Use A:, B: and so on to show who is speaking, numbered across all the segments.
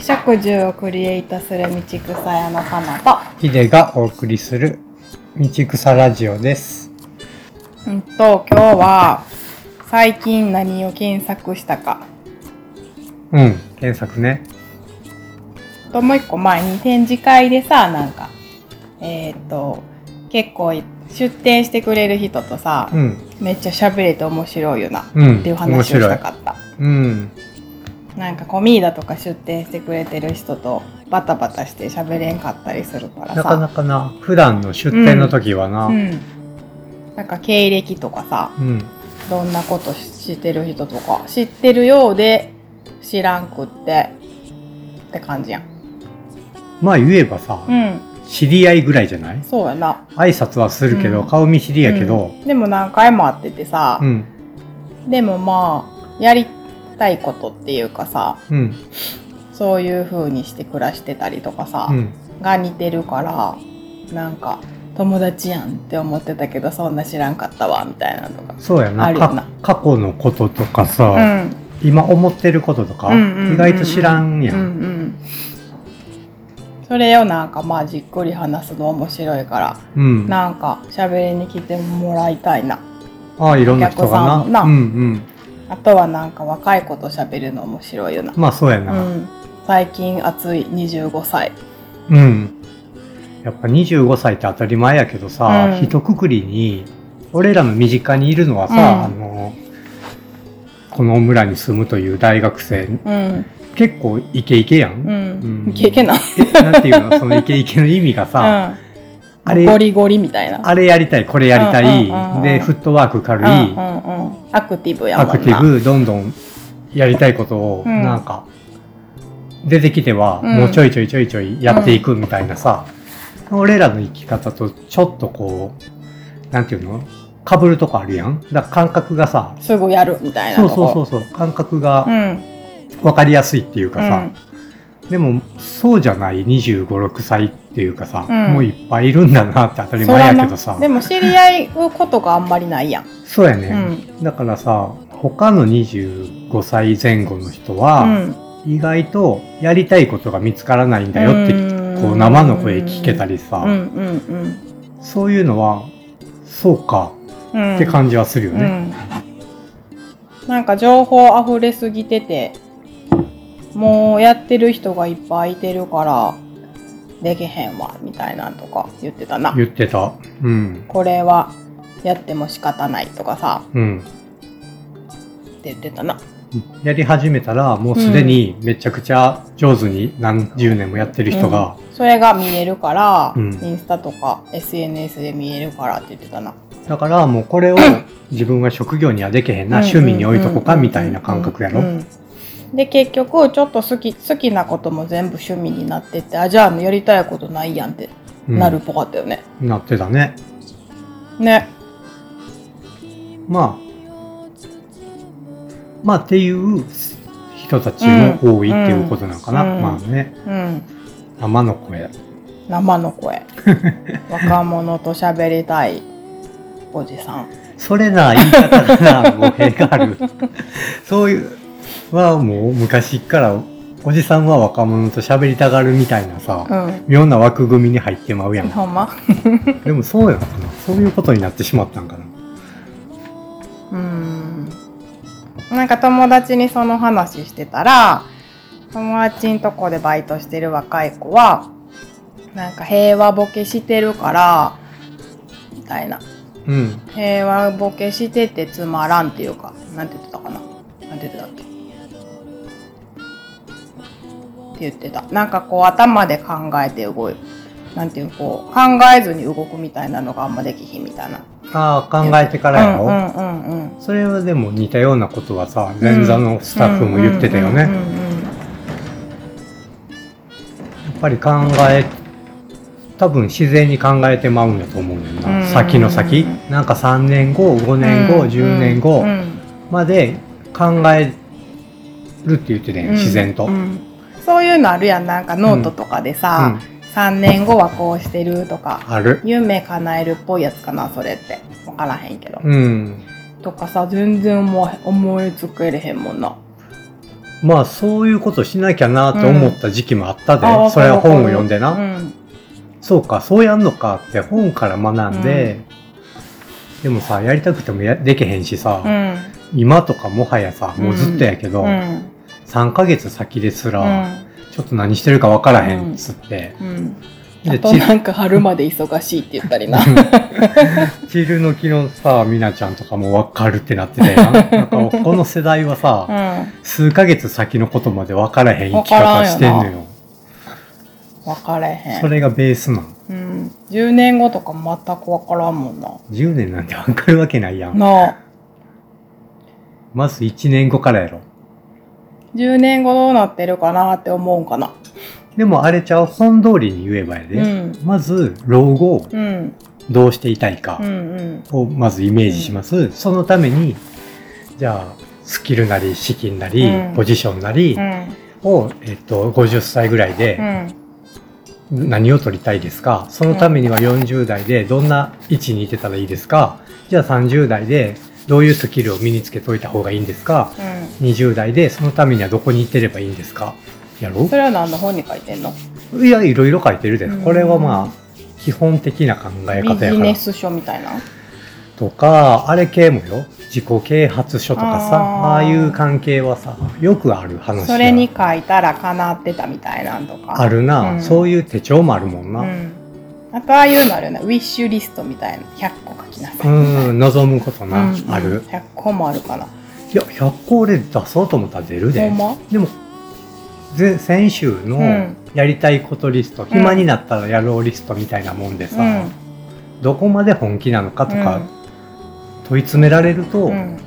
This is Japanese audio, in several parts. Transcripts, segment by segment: A: 食住をクリエイトする道草屋のかなと、
B: ヒデがお送りする道草ラジオです。
A: うんと、今日は最近何を検索したか。
B: うん、検索ね。
A: と、もう一個前に展示会でさ、なんか、えっ、と、結構出展してくれる人とさ、
B: うん、
A: めっちゃ喋れて面白いよな、
B: うん、
A: っていう話をしたかった。
B: うん、
A: なんかコミーダとか出店してくれてる人とバタバタして喋れんかったりするからさ。
B: なかなかな、普段の出店の時はな、う、
A: うんん。なんか経歴とかさ、
B: うん、
A: どんなこと知ってる人とか、知ってるようで知らんくってって感じやん。
B: まあ言えばさ、
A: うん。
B: 知り合いぐらいじゃない
A: そうやな。
B: 挨拶はするけど、
A: うん
B: 顔見知りやけど、
A: うんでも何回も会っててさ、
B: うん、
A: でもまあ、やりたいことっていうかさ、
B: うん、
A: そういう風にして暮らしてたりとかさ、
B: うん、
A: が似てるから、なんか友達やんって思ってたけど、そんな知らんかったわ、みたいなのとか。
B: そうや
A: あ
B: な
A: るよな
B: か過去のこととかさ、
A: うん。
B: 今思ってることとか、
A: うんうんうんうん
B: 意外と知らんやん。
A: うんうん、それをなんかまあじっくり話すの面白いから、
B: うん
A: なんか喋りに来てもらいたいな
B: ああいろんな人が
A: お客さんもな
B: な。うんうん。
A: あとはなんか若い子と喋るの面白いよな、
B: まあそうや
A: う
B: な。
A: ん、最近暑い25歳
B: うん。やっぱ25歳って当たり前やけどさ、
A: うん
B: ひとくくりに、俺らの身近にいるのはさ、
A: う
B: あの、この村に住むという大学生、
A: うん
B: 結構イケイケや。
A: うんん、
B: うん
A: いけいけな、
B: なんていうの、そ のイケイケの意味がさ、あ
A: うん、ゴ
B: れ、
A: リゴリみたいな
B: あれやりたい、これやりた
A: うんうんうんうん
B: い、で、フットワーク軽い、
A: うんうんうん、アクティブやも
B: ア
A: んな
B: クティブ、どんどんやりたいことを、
A: うん
B: なんか、出てきては、
A: うん
B: もうちょいちょいちょいちょいやっていくみたいなさ、俺らの生き方とちょっとこう、なんていうの被るとこあるやんだから感覚がさ、
A: すぐやるみたいな
B: そう
A: と
B: そうそ
A: こ
B: うそう、感覚
A: う
B: が
A: ん
B: 分かりやすいっていうか
A: う
B: さ
A: ん、
B: でも、そうじゃない25、6歳っていうかさ、
A: うん
B: もういっぱいいるんだなって当たり
A: そら
B: 前や
A: な
B: けどさ、
A: でも知り合うことがあんまりないやん、
B: そうや
A: う
B: ね。
A: ん
B: だからさ、他の25歳前後の人は、
A: うん、
B: 意外とやりたいことが見つからないんだよって、
A: うん
B: こう生の声聞けたりさ、
A: うんうんうん
B: そういうのはそうか
A: うん
B: って感じはするよね。
A: うん、なんか情報あふれすぎててもうやってる人がいっぱいいてるからできへんわみたいなんとか言ってたな
B: 言ってた。うん。
A: これはやっても仕方ないとかさ
B: うん。
A: って言ってたな
B: やり始めたらもうすでにめちゃくちゃ上手に何十年もやってる人が、
A: それが見えるから、
B: うん
A: インスタとか SNS で見えるからって言ってたな
B: だからもうこれを自分は職業にはできへんな、
A: うん
B: 趣味に置いとこかみたいな感覚やろ。
A: うんうんで結局ちょっと好き好きなことも全部趣味になってってあじゃあやりたいことないやんって
B: うん
A: なるっぽかったよね、
B: なってたね。
A: ね
B: まあ、まあっていう人たちも多いっていうことなのかな。
A: うんうん
B: まあね。
A: うん
B: 生の声。
A: 生 の声若者と喋りたいおじさん
B: それな、言い方がな、語弊がある。そういう、はもう昔から、おじさんは若者と喋りたがるみたいなさ、
A: うん
B: 妙な枠組みに入ってまうやん。
A: ほんま
B: でもそうやのかな。そういうことになってしまったんかな。
A: うんなんか友達にその話してたら友達んとこでバイトしてる若い子はなんか平和ボケしてるからみたいな
B: うん。
A: 平和ボケしててつまらんっていうかなんて言ってたかななんて言ってたっけって言ってたなんかこう頭で考えて動いなんていうのこう考えずに動くみたいなのがあんまできひんみたいな
B: ああ、考えてからやろ。
A: うんうんうんうん
B: それはでも似たようなことはさ、前座のスタッフも言ってたよね。
A: う
B: やっ
A: んうんうんうん
B: ぱり考え、多分自然に考えてまうんやと思うねん
A: うんうん
B: な。
A: うん
B: 先の先。なんか3年後、5年後、10年後、
A: うんうん
B: まで考えるって言ってたやん、自然と。う
A: う
B: んん
A: そういうのあるやんなんかノートとかでさ、3年後はこうしてるとか
B: ある。
A: 夢叶えるっぽいやつかなそれって分からへんけど
B: うん。
A: とかさ全然思わへん思いつけれへんもんな
B: まあそういうことしなきゃなと思った時期もあったで、
A: あ
B: それは本を読んでな、
A: うん、
B: そうかそうやんのかって本から学んで、でもさやりたくてもやできへんしさ、
A: うん
B: 今とかもはやさもうずっとやけど、
A: うん
B: 3ヶ月先です
A: う
B: ら、
A: ん
B: ちょっと何してるかわからへんっつって、
A: うん、
B: で
A: あと
B: チ
A: なんか春まで忙しいって言ったりな
B: チルの木のさみなちゃんとかもわかるってなっててなんかこの世代はさ、
A: う
B: 数ヶ月先のことまで分からへん生き方してんのよ。
A: ん分かれへん
B: それがベースなん。
A: うん、10年後とか全く分からんもんな
B: 10年なんて分かるわけないやん。
A: なあ
B: まず1年後からやろ。
A: 10年後どうなってるかなって思うんかな
B: でもあれちゃう本通りに言えばやで。
A: うん
B: まず老後を
A: うん
B: どうしていたいか
A: うんうん
B: をまずイメージします。そのために、じゃあスキルなり資金なり、
A: うん
B: ポジションなり
A: うん
B: を、えっと、50歳ぐらいで、
A: うん
B: 何を取りたいですかそのためには40代でどんな位置にいてたらいいですかじゃあ30代でどういうスキルを身につけといた方がいいんですか
A: うん
B: 20代でそのためにはどこに行ってればいいんですかやろ
A: それは何の本に書いてんの
B: いやいろいろ書いてるで
A: うん
B: これはまあ基本的な考え
A: ビ
B: 方や
A: ジ
B: か
A: ネ
B: ら
A: ス書みたいな
B: とかあれ系もよ自己啓発書とかさ
A: あー
B: ああいう関係はさよくある話
A: それに書いたら叶ってたみたいなんとか
B: あるな、
A: うん
B: そういう手帳もあるもんな、
A: うん、あとああいうのあるよねウィッシュリストみたいな100個書きなさいみたいな
B: うん、望むことな、
A: うん
B: ある
A: 100個もあるかない
B: や、100個俺出そうと思ったら出る
A: ほ
B: で
A: ん。ま
B: でも、ぜ先週
A: う
B: の
A: ん
B: やりたいことリスト、暇になったらやろうリストみたいなもんでさ、
A: うん
B: どこまで本気なのかとか問い詰められると
A: うんう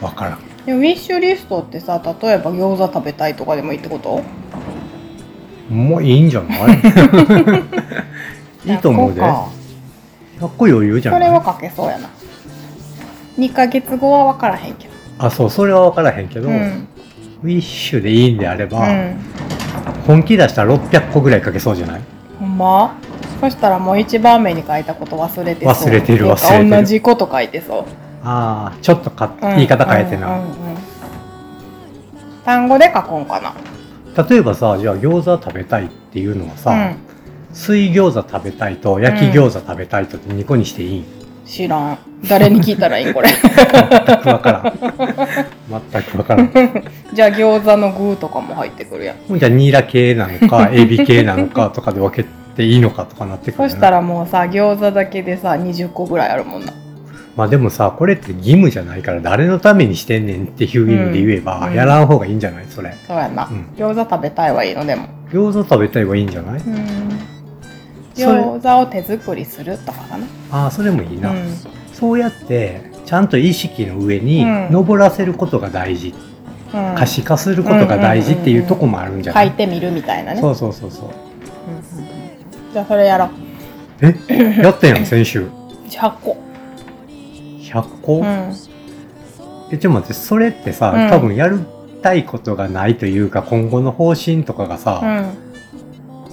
B: 分
A: ん
B: からん。
A: でもウィッシュリストってさ例えば餃子食べたいとかでもいいってこと
B: もういいんじゃない いいと思うで。
A: 100
B: 100
A: 個か
B: 個余裕じゃ
A: そ
B: な
A: れはい書けそうやな2ヶ月後は分からへんけど
B: あ、そう、それは分からへんけど、
A: うんう
B: ウィッシュでいいんであれば、
A: ん
B: 本気出したら600個ぐらい書けそうじゃない
A: ほんまそしたらもう一番目に書いたこと忘れてそう
B: 忘れてる
A: なんか
B: 忘れてる
A: 同じこと書いてそう
B: ああ、ちょっとか
A: うん
B: 言い方変えてな。
A: うんうんうん単語で書こうかな
B: 例えばさじゃあ餃子食べたいっていうのはさ、
A: うん、
B: 水餃子食べたいと焼き餃子食べたいとって2個にしていい、
A: 知らん誰に聞いたらいいんこれ
B: 全く分からん全く分からん
A: じゃあ餃子の具とかも入ってくるやん
B: じゃあニーラ系なの かエビ系なのかとかで分けていいのかとかなってくる
A: そ
B: な
A: したらもうさ餃子だけでさ20個ぐらいあるもんな
B: まあでもさこれって義務じゃないから誰のためにしてんねんっていう意味で言えば、
A: うん
B: やらん方がいいんじゃないそれ
A: そうやな、
B: うん
A: 餃子食べたいはいいのでも
B: 餃子食べたいはいいんじゃない、
A: うん
B: それ
A: 餃子を手作りするとかかな
B: ああそれもいいな、
A: うん
B: そうやってちゃんと意識の上に
A: うん
B: 登らせることが大事
A: うん
B: 可視化することが大事っていうとこもあるんじゃ
A: 書
B: ない、
A: いてみるみたいなね
B: そうそうそうそう
A: うんうんうんじゃあそれやろう
B: え やったやん先週
A: 100個
B: 100個、
A: うん
B: えちょっと待ってそれってさ、
A: うん
B: 多分やりたいことがないというか今後の方針とかがさ、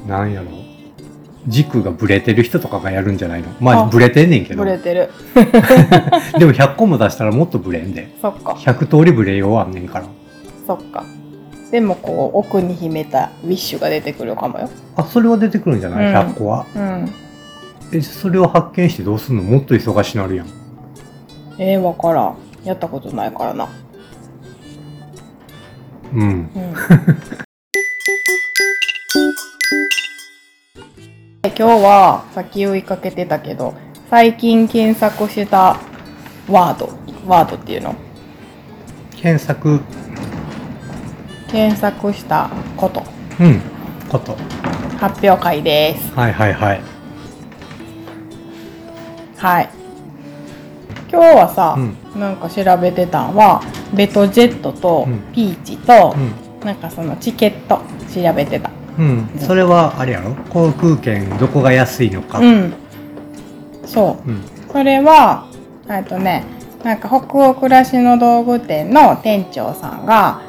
A: う
B: なんやろ軸がブレてる人とかがやるんじゃないのまあ
A: あ
B: ブレてんねんけ
A: ん
B: ど
A: ブレ
B: で
A: てる
B: も100個も出したらもっとブレんで
A: そっか
B: 100通りブレようあんねんから
A: そっかでもこう奥に秘めたウィッシュが出てくるかもよ
B: あそれは出てくるんじゃない、
A: うん
B: 100個は
A: うん
B: えそれを発見してどうすんのもっと忙しなるやん
A: えー、分からんやったことないからな
B: うん
A: うん 今日はさっき追いかけてたけど最近検索したワードワードっていうの
B: 検索
A: 検索したこと
B: うんこと
A: 発表会です
B: はいはいはい
A: はい今日はさ、
B: う
A: なんか調べてたんはベトジェットと
B: うん
A: ピーチと
B: う、ん
A: なんかそのチケット調べてた
B: うん、それはあれやろ航空券どこが安いのか、
A: う
B: うん
A: んそうそれはえっとねなんか北欧暮らしの道具店の店長さんが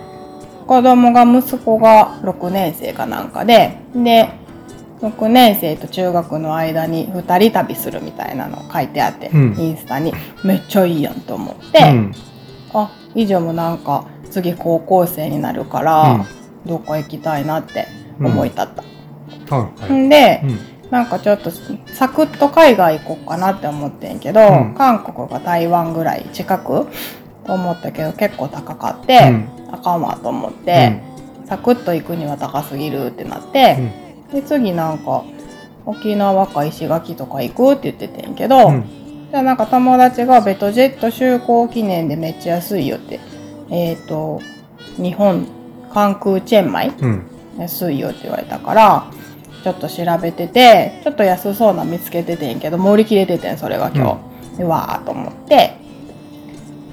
A: 子供が息子が6年生かなんかでで6年生と中学の間に2人旅するみたいなの書いてあって、
B: うん
A: インスタにめっちゃいいやんと思って、
B: うん
A: あ以上もなんか次高校生になるから、どこ行きたいなって思い立った。
B: はいはい
A: んで、
B: うん
A: なんかちょっとサクッと海外行こうかなって思ってんけど、
B: うん
A: 韓国が台湾ぐらい近くと思ったけど結構高かっ
B: う
A: て、
B: ん
A: 高あかんわと思って、サクッと行くには高すぎるってなって、で次なんか沖縄か石垣とか行くって言っててんけど、
B: うん
A: じゃあなんか友達がベトジェット就航記念でめっちゃ安いよってえっ、と日本関空チェンマイ
B: うんうん
A: 安いよって言われたからちょっと調べててちょっと安そうなの見つけててんけどもう売り切れててんそれが今日、でわーっと思って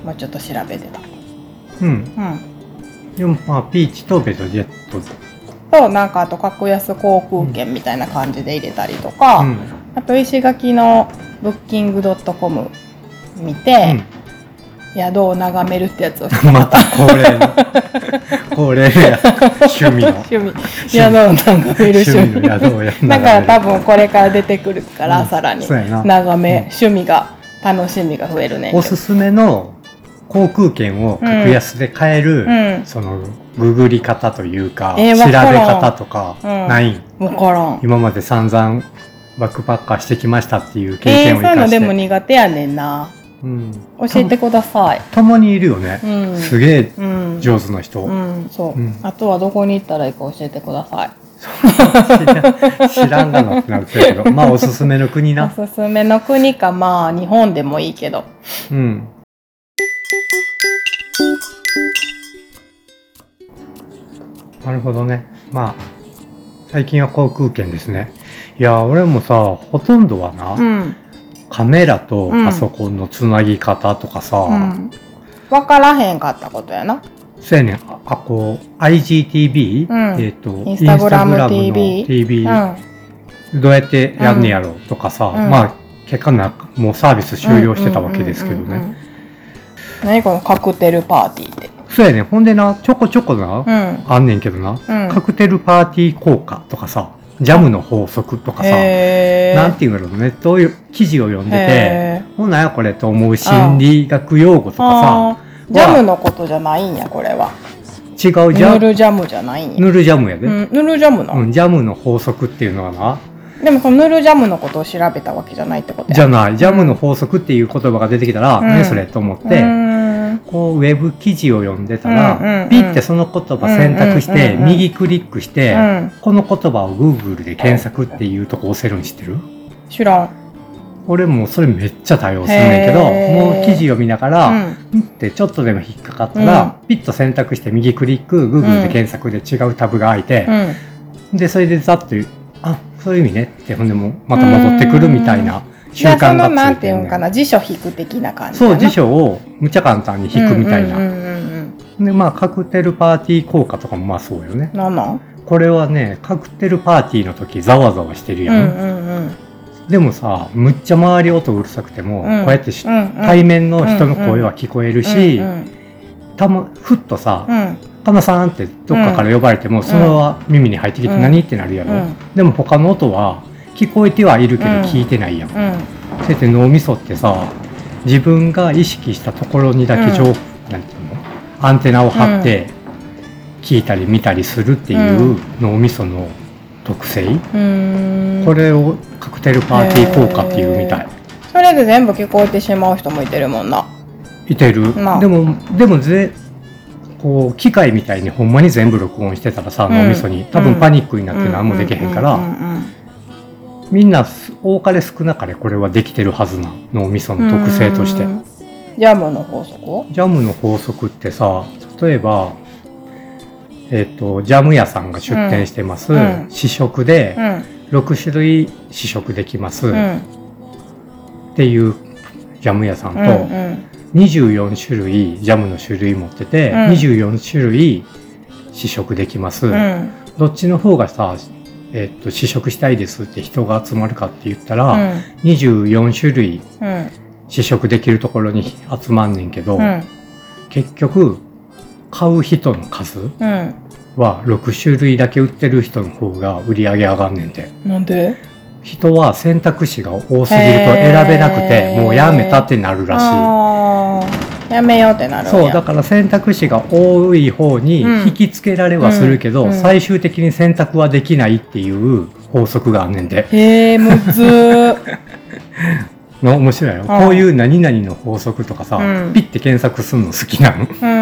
A: もうちょっと調べてた
B: うん
A: うん
B: でもまあピーチとベトジェット
A: となんかあと格安航空券みたいな感じで入れたりとか、
B: うん
A: あと石垣のブッキングドットコム見
B: う
A: て
B: ん、
A: 宿を眺めるってやつを
B: また恒例 の恒例のや趣味の
A: 趣味宿を眺める趣味
B: 趣味の宿をやる
A: だから多分これから出てくるから、
B: うん
A: さらに
B: そうやな
A: 眺め、
B: うん
A: 趣味が楽しみが増えるねんけど
B: おすすめの航空券を格安で買える、
A: うん
B: そのググり方というか、
A: えー
B: 調
A: わ
B: べ
A: からん
B: 方とかない、
A: 分からん
B: 今まで散々バックパッカーしてきましたっていう経
A: え
B: 験
A: ー、
B: を
A: そう
B: 生
A: いう
B: か
A: の
B: して、
A: でも苦手やねんな
B: うん、
A: 教えてください
B: 共にいるよね、
A: うん
B: すげえ
A: うん
B: 上手な人、
A: うんそう、
B: うん
A: あとはどこに行ったらいいか教えてください
B: 知らん知らんがなってなるけ どまあおすすめの国な
A: おすすめの国かまあ日本でもいいけど
B: うんなるほどねまあ最近は航空券ですねいや俺もさほとんどはな、
A: うん
B: カメラとパソコンのつなぎ方とかさ、
A: うん分からへんかったことやな
B: そうやねんああこう IGTV、
A: うん
B: えっ、と
A: インスタグラム
B: Instagram の
A: TV う
B: TV、
A: ん
B: どうやってやんねやろうとかさ、
A: うん
B: まあ結果なんかもうサービス終了してたわけですけどね、
A: うんうんうんうん何このカクテルパーティーって
B: そうやねんほんでなちょこちょこな、
A: うん
B: あんねんけどな、
A: うん
B: カクテルパーティー効果とかさジャムの法則とかさ、
A: へー
B: なんていうんだろうネットをよ記事を読んでて
A: へ
B: ほんなんやこれと思う心理学用語とか
A: あ
B: さ
A: ージャムのことじゃないんやこれは
B: 違うジ
A: ぬ
B: ャム
A: るジャムじゃないんや
B: ぬるジャムやで、
A: うんぬるジャムな
B: うん、ジャムの法則っていうのはな、
A: でもそのぬるジャムのことを調べたわけじゃないってことや
B: じゃない、ジャムの法則っていう言葉が出てきたら、
A: うん
B: 何それと思って、
A: うーん
B: こう、ウェブ記事を読んでた
A: うんうん
B: ら
A: う、ん
B: ピッてその言葉選択して、
A: うんうんうんうん
B: 右クリックして、
A: うん
B: この言葉を Google で検索っていうとこ押せるん知ってる
A: 知らん
B: 俺もうそれめっちゃ対応するんだけど、
A: へー
B: もう記事読みなが
A: う
B: ら、
A: ん
B: うんってちょっとでも引っかかったら、ピッと選択して右クリック、Google で検索で違うタブが開いて、
A: うん
B: で、それでざっと、あ、そういう意味ねって、ほんでもうまた戻ってくるみたいな習
A: じゃあそ
B: 慣がついてる、ねん。
A: のなんていうんかな辞書引く的な感じ
B: そう辞書をむちゃ簡単に引くみたいな。
A: うんうんうんうん
B: でまあカクテルパーティー効果とかもまあそうよね。
A: なんなん
B: これはねカクテルパーティーの時ざわざわしてる
A: う
B: やん。
A: んうんうん
B: でもさむっちゃ周り音うるさくても、
A: うん
B: こうやってし、
A: うんうん
B: 対面の人の声は聞こえるし、
A: うん
B: たまふっとさ
A: うんうん
B: 「かなさん」ってどっかから呼ばれても、それは耳に入ってきて
A: うん
B: 何ってなるやろ、
A: うん
B: でも他の音は聞こえてはいるけど
A: うん
B: 聞いてないやん、
A: うん
B: そうやって脳みそってさ自分が意識したところにだけ情報、なんていうのアンテナを張って聞いたり見たりするっていう脳みその特性、
A: うーん
B: これをカクテルパーティー効果っていうみたい。
A: それで全部聞こえてしまう人もいてるもんない
B: てる、
A: まあ
B: でもでもぜこう機械みたいにほんまに全部録音してたらさ、
A: うん
B: 脳みそに多分パニックになって何もできへんから、
A: ううんうんうん
B: みんな多かれ少なかれこれはできてるはずな脳みその特性として。
A: うんジャムの法則を
B: ジャムの法則ってさ例えば、えっとジャム屋さんが出店してます、
A: うん
B: 試食で
A: うん
B: 6種類試食できます
A: うんう
B: っ
A: ん
B: ていうジャム屋さん
A: う
B: と、
A: ん
B: 24種類ジャムの種類持ってて、
A: うん
B: 24種類試食できます、
A: うん
B: どっちの方がさ、えっと試食したいですって人が集まるかって言った
A: う
B: ら、
A: ん
B: 24種類
A: うん
B: 試食できるところに集まんねんけど、
A: うん
B: 結局買う人の数、
A: うん
B: は6種類だけ売ってる人の方が売り上げ上がんねんて
A: なんで
B: 人は選択肢が多すぎると選べなくて
A: へー
B: もうやめたってなるらし
A: あーやめようってなるんや
B: そうだから選択肢が多い方に
A: うん
B: 引きつけられはするけど、
A: うんうん
B: 最終的に選択はできないっていう法則があんねんで
A: へえむずー
B: の面白いよ
A: ん
B: こういう何々の法則とかさ、
A: うん
B: ピッて検索するの好きなの
A: うー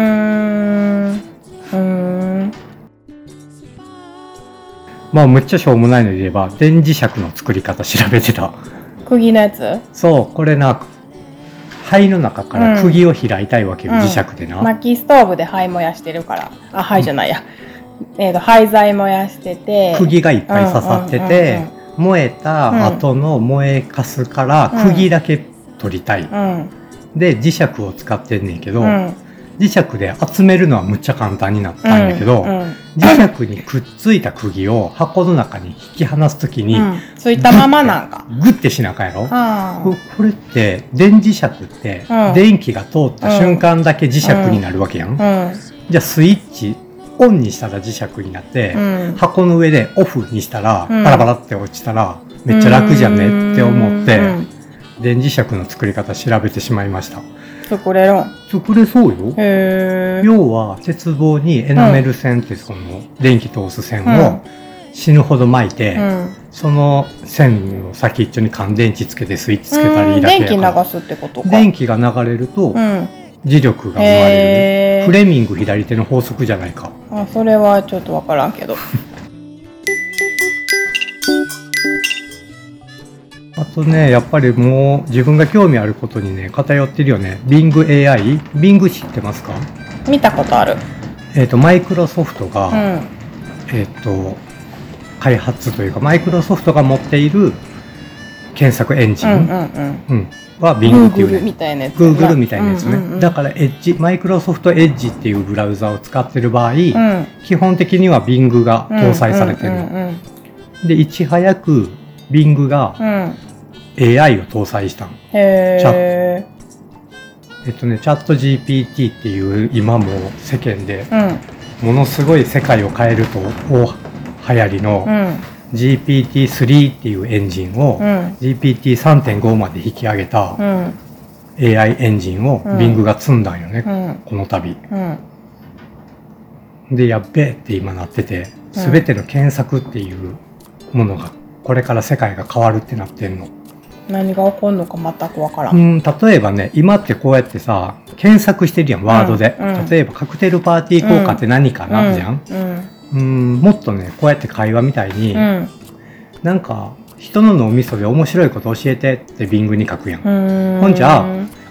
A: んうーん
B: まあむっちゃしょうもないので言えば電磁石の作り方調べてた
A: 釘のやつ
B: そうこれな灰の中から釘を開いたいわけよ、
A: うん
B: 磁石でな、
A: 薪ストーブで灰燃やしてるからあ灰じゃないや、えー、と廃材燃やしてて
B: 釘がいっぱい刺さってて、燃えた後の燃えかすから
A: うん
B: 釘だけ取りたい、
A: うんうん
B: で磁石を使ってんねんけど、
A: うんうん
B: 磁石で集めるのはむっちゃ簡単になったんやけど、
A: うんうん
B: 磁石にくっついた釘を箱の中に引き離すときに、
A: うんついたままなんか
B: グッてしなあかんやろ、
A: あ
B: ここれって電磁石って
A: うん
B: 電気が通った瞬間だけ磁石になるわけやん、
A: あ
B: じゃあスイッチオンにしたら磁石になって、
A: うんうん
B: 箱の上でオフにしたら、
A: うん
B: パラパラって落ちたらめっちゃ楽じゃねって思って、
A: うん
B: 電磁石の作り方調べてしまいました
A: 作れるん
B: 作れそうよ
A: へえ
B: 要は鉄棒にエナメル線ってその電気通す線
A: うん
B: を死ぬほど巻いて、
A: うん
B: その線の先っちょに乾電池つけてスイッチつけた
A: う
B: り
A: ん
B: だけ
A: 電
B: や
A: 気
B: か
A: 流
B: ら
A: すってことか
B: 電気が流れると
A: うん
B: 磁力が生まれる、
A: へ
B: フレ
A: え
B: ミング左手の法則じゃないか
A: あそれはちょっとわからんけど
B: あとね、やっぱりもう自分が興味あることにね、偏ってるよね。Bing AI。Bing 知ってますか
A: 見たことある
B: えっ、と、マイクロソフト
A: う
B: が、
A: ん
B: えっ、と、開発というか、マイクロソフトが持っている検索エンジ
A: う
B: ン、
A: ん
B: うんん
A: ううん
B: は Bing っていう
A: Google
B: ね。
A: みたいなやつ
B: Google みたいなやつね。
A: うんうんうん
B: だから、エッジ、マイクロソフトエッジっていうブラウザを使ってる場合、
A: うん
B: 基本的には Bing が搭載されてるの。
A: うんうん
B: で、いち早く Bing
A: う
B: が
A: んうん
B: AI を搭載したの。チ
A: へえ
B: えっとね、チャット GPT っていう今も世間で
A: うん
B: ものすごい世界を変えると大流行り
A: う
B: の
A: ん
B: GPT-3 っていうエンジンを
A: うん
B: GPT-3.5 まで引き上げた
A: うん
B: AI エンジンを
A: うん
B: Bing が積んだんよね、
A: うん
B: この度。
A: うん
B: で、やっべえって今なってて、すべての検索っていうものがこれから世界が変わるってなってんの。
A: 何が起こるのか全くわから
B: うんん、例えばね、今ってこうやってさ、検索してるやん、ワードで。
A: うんうん
B: 例えばカクテルパーティー効果って何かな、じゃん
A: うん
B: うんもっとねこうやって会話みたいに、
A: うん
B: なんか人の脳みそで面白いこと教えてってビングに書くやん、
A: うん
B: ほんじゃ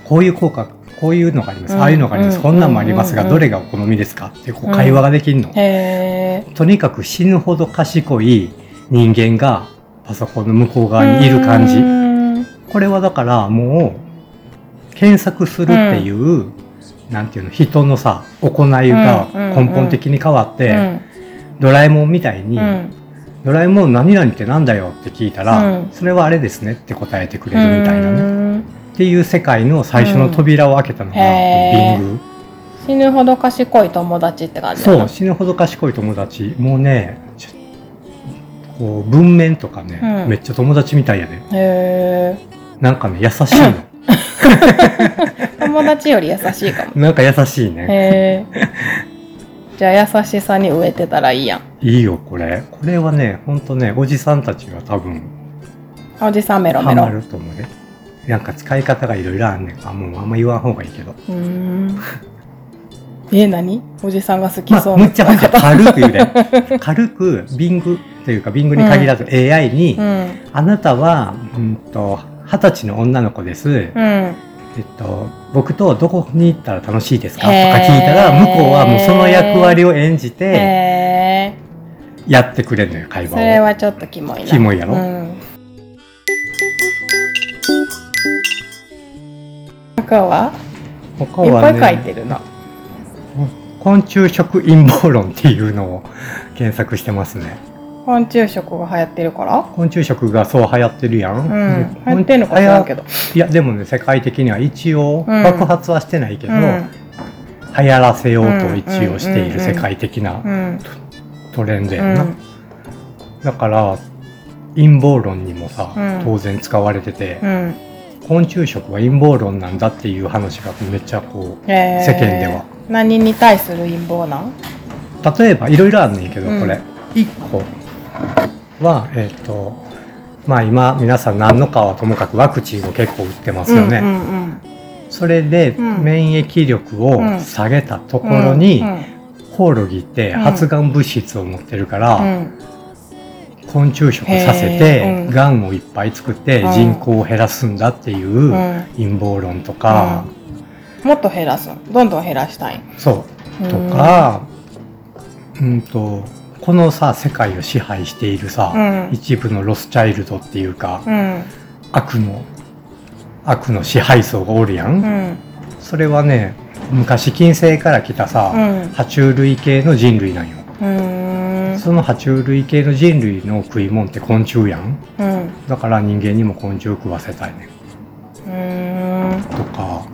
B: こういう効果こういうのがあります、
A: うん
B: ああいうのがあります、
A: うん
B: こんなんもありますが、
A: うん
B: どれがお好みですかってこう会話ができるの、
A: へえ
B: とにかく死ぬほど賢い人間がパソコンの向こう側にいる感じ、
A: うん
B: これはだからもう検索するっていう、なんていうの人のさ行いが根本的に変わって、ドラえもんみたいに、
A: うん
B: ドラえもん何々ってなんだよって聞いたら、
A: うん
B: それはあれですねって答えてくれるみたいな
A: う
B: ね。
A: ん
B: っていう世界の最初の扉を開けたのが、
A: うんへー
B: ビング。
A: 死ぬほど賢い友達って感じだ
B: そ
A: な
B: う、死ぬほど賢い友達。もうね、ちょこう文面とかね、
A: うん
B: めっちゃ友達みたいやね。
A: へえ
B: なんかね、優しいの。
A: 友達より優しいか も
B: なんか優しいね。
A: へえじゃあ優しさに飢えてたらいいやん
B: いいよ、これ。これはね、ほんとね、おじさんたちが多分、
A: おじさんメロ
B: ハ
A: メロ
B: マると思うね。なんか使い方がいろいろあんねん。あ、もうあんま言わん方がいいけど。
A: うーんえ何おじさんが好き
B: ま
A: そ
B: あ、
A: うな
B: むっちゃむっちゃ軽く言う ね。軽く、ビングというか、ビングに限らず AI に、
A: うん
B: あなたは、うんと、二十歳の女の子です。え
A: うん
B: っと、僕とどこに行ったら楽しいですかとか
A: へー
B: 聞いたら、向こうはもうその役割を演じて、
A: へえ
B: やってくれるのよ、会
A: それ
B: 話を。
A: はちょっとキモいな
B: キモいやろ
A: うん、他は
B: 他
A: いっぱ
B: はい
A: 書い
B: ね、
A: てるな、
B: 昆虫食陰謀論っていうのを検索してますね。
A: 昆虫食が流行ってるから
B: 昆虫食がそう流行ってるや。
A: うんん
B: で
A: 流行ってんのか知らんけど
B: いや、でもね、世界的には一応、
A: うん
B: 爆発はしてないけど、
A: うん
B: 流行らせようと一応している世界的な
A: うん
B: トレンド
A: う
B: やな、
A: ん
B: だから陰謀論にもさ、
A: うん
B: 当然使われてて
A: う、ん
B: 昆虫食は陰謀論なんだっていう話がめっちゃこう
A: へー
B: 世間では
A: 何に対する陰謀なん
B: 例えばいろいろあんねんけど
A: うん
B: これ、1個はえっ、とまあ今皆さん何のかはともかくワクチンを結構打ってますよね、
A: うんうん
B: それで
A: うん
B: 免疫力を下げたと
A: う
B: こ
A: ん
B: ろに、
A: うん
B: コオロギって発がん物質を持ってるから、
A: うん
B: 昆虫食させ
A: へー
B: て
A: うん
B: がんをいっぱい作って
A: うん
B: 人口を減らすんだっていう
A: うん
B: 陰謀論とか、
A: もっと減らすどんどん減らしたい
B: そうとか、うんとこのさ世界を支配しているさ、
A: うん
B: 一部のロスチャイルドっていうか、
A: うん
B: 悪の悪の支配層がおるやん、
A: うん
B: それはね昔近世から来たさ、
A: うん
B: 爬虫類系の人類なんよ
A: うん
B: その爬虫類系の人類の食い物って昆虫やん
A: うん
B: だから人間にも昆虫食わせたいねん
A: うん
B: とか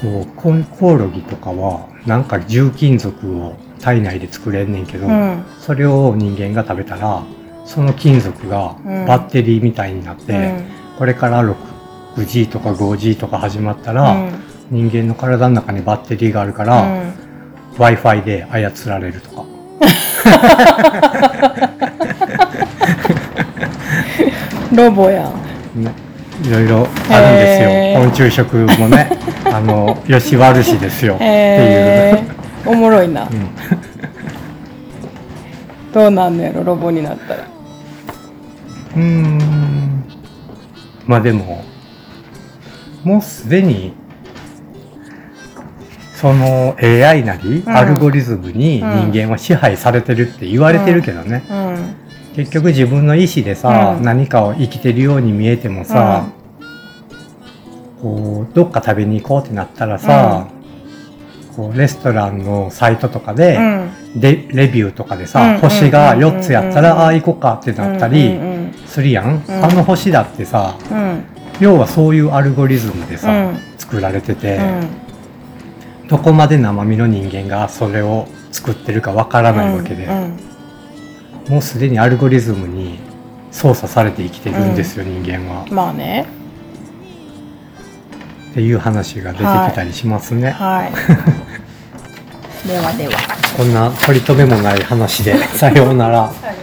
B: こうコンコオロギとかはなんか重金属を体内で作れんねんけど、
A: うん
B: それを人間が食べたらその金属が
A: うん
B: バッテリーみたいになって、
A: うん
B: これから 6G とか 5G とか始まった
A: う
B: ら、
A: ん
B: 人間の体の中にバッテリーがあるから、w i f i で操られるとか
A: うんロボやん
B: ね、いろいろあるんですよ、
A: へー
B: 昆虫食も ねあのよし悪しですよっていう、
A: へえおもろいな
B: うん、
A: どうなんのやろロボになったら
B: うーんまあでももうすでにその AI なり
A: うん
B: アルゴリズムに人間は支配されてるって言われてるけどね、
A: うん
B: 結局自分の意思でさ、
A: うん
B: 何かを生きてるように見えてもさ、こうどっか食べに行こうってなったらさ、こうレストランのサイトとかで,、
A: うん
B: でレビューとかでさ、
A: うん
B: 星が
A: うんうんう
B: 4
A: ん
B: つやったら、ああ行こうかってなったり。
A: うんうん
B: するやん、
A: うん
B: あの星だってさ
A: うん
B: 要はそういうアルゴリズムでさ、
A: うん
B: 作られてて、
A: うん
B: どこまで生身の人間がそれを作ってるかわからないわけで、
A: うん
B: もうすでにアルゴリズムに操作されて生きてるんですよ、人間は
A: う。んまあね
B: っていう話が出てきたりしますね。
A: はいではでは
B: こんな取り留めもない話でさようなら。
A: さよ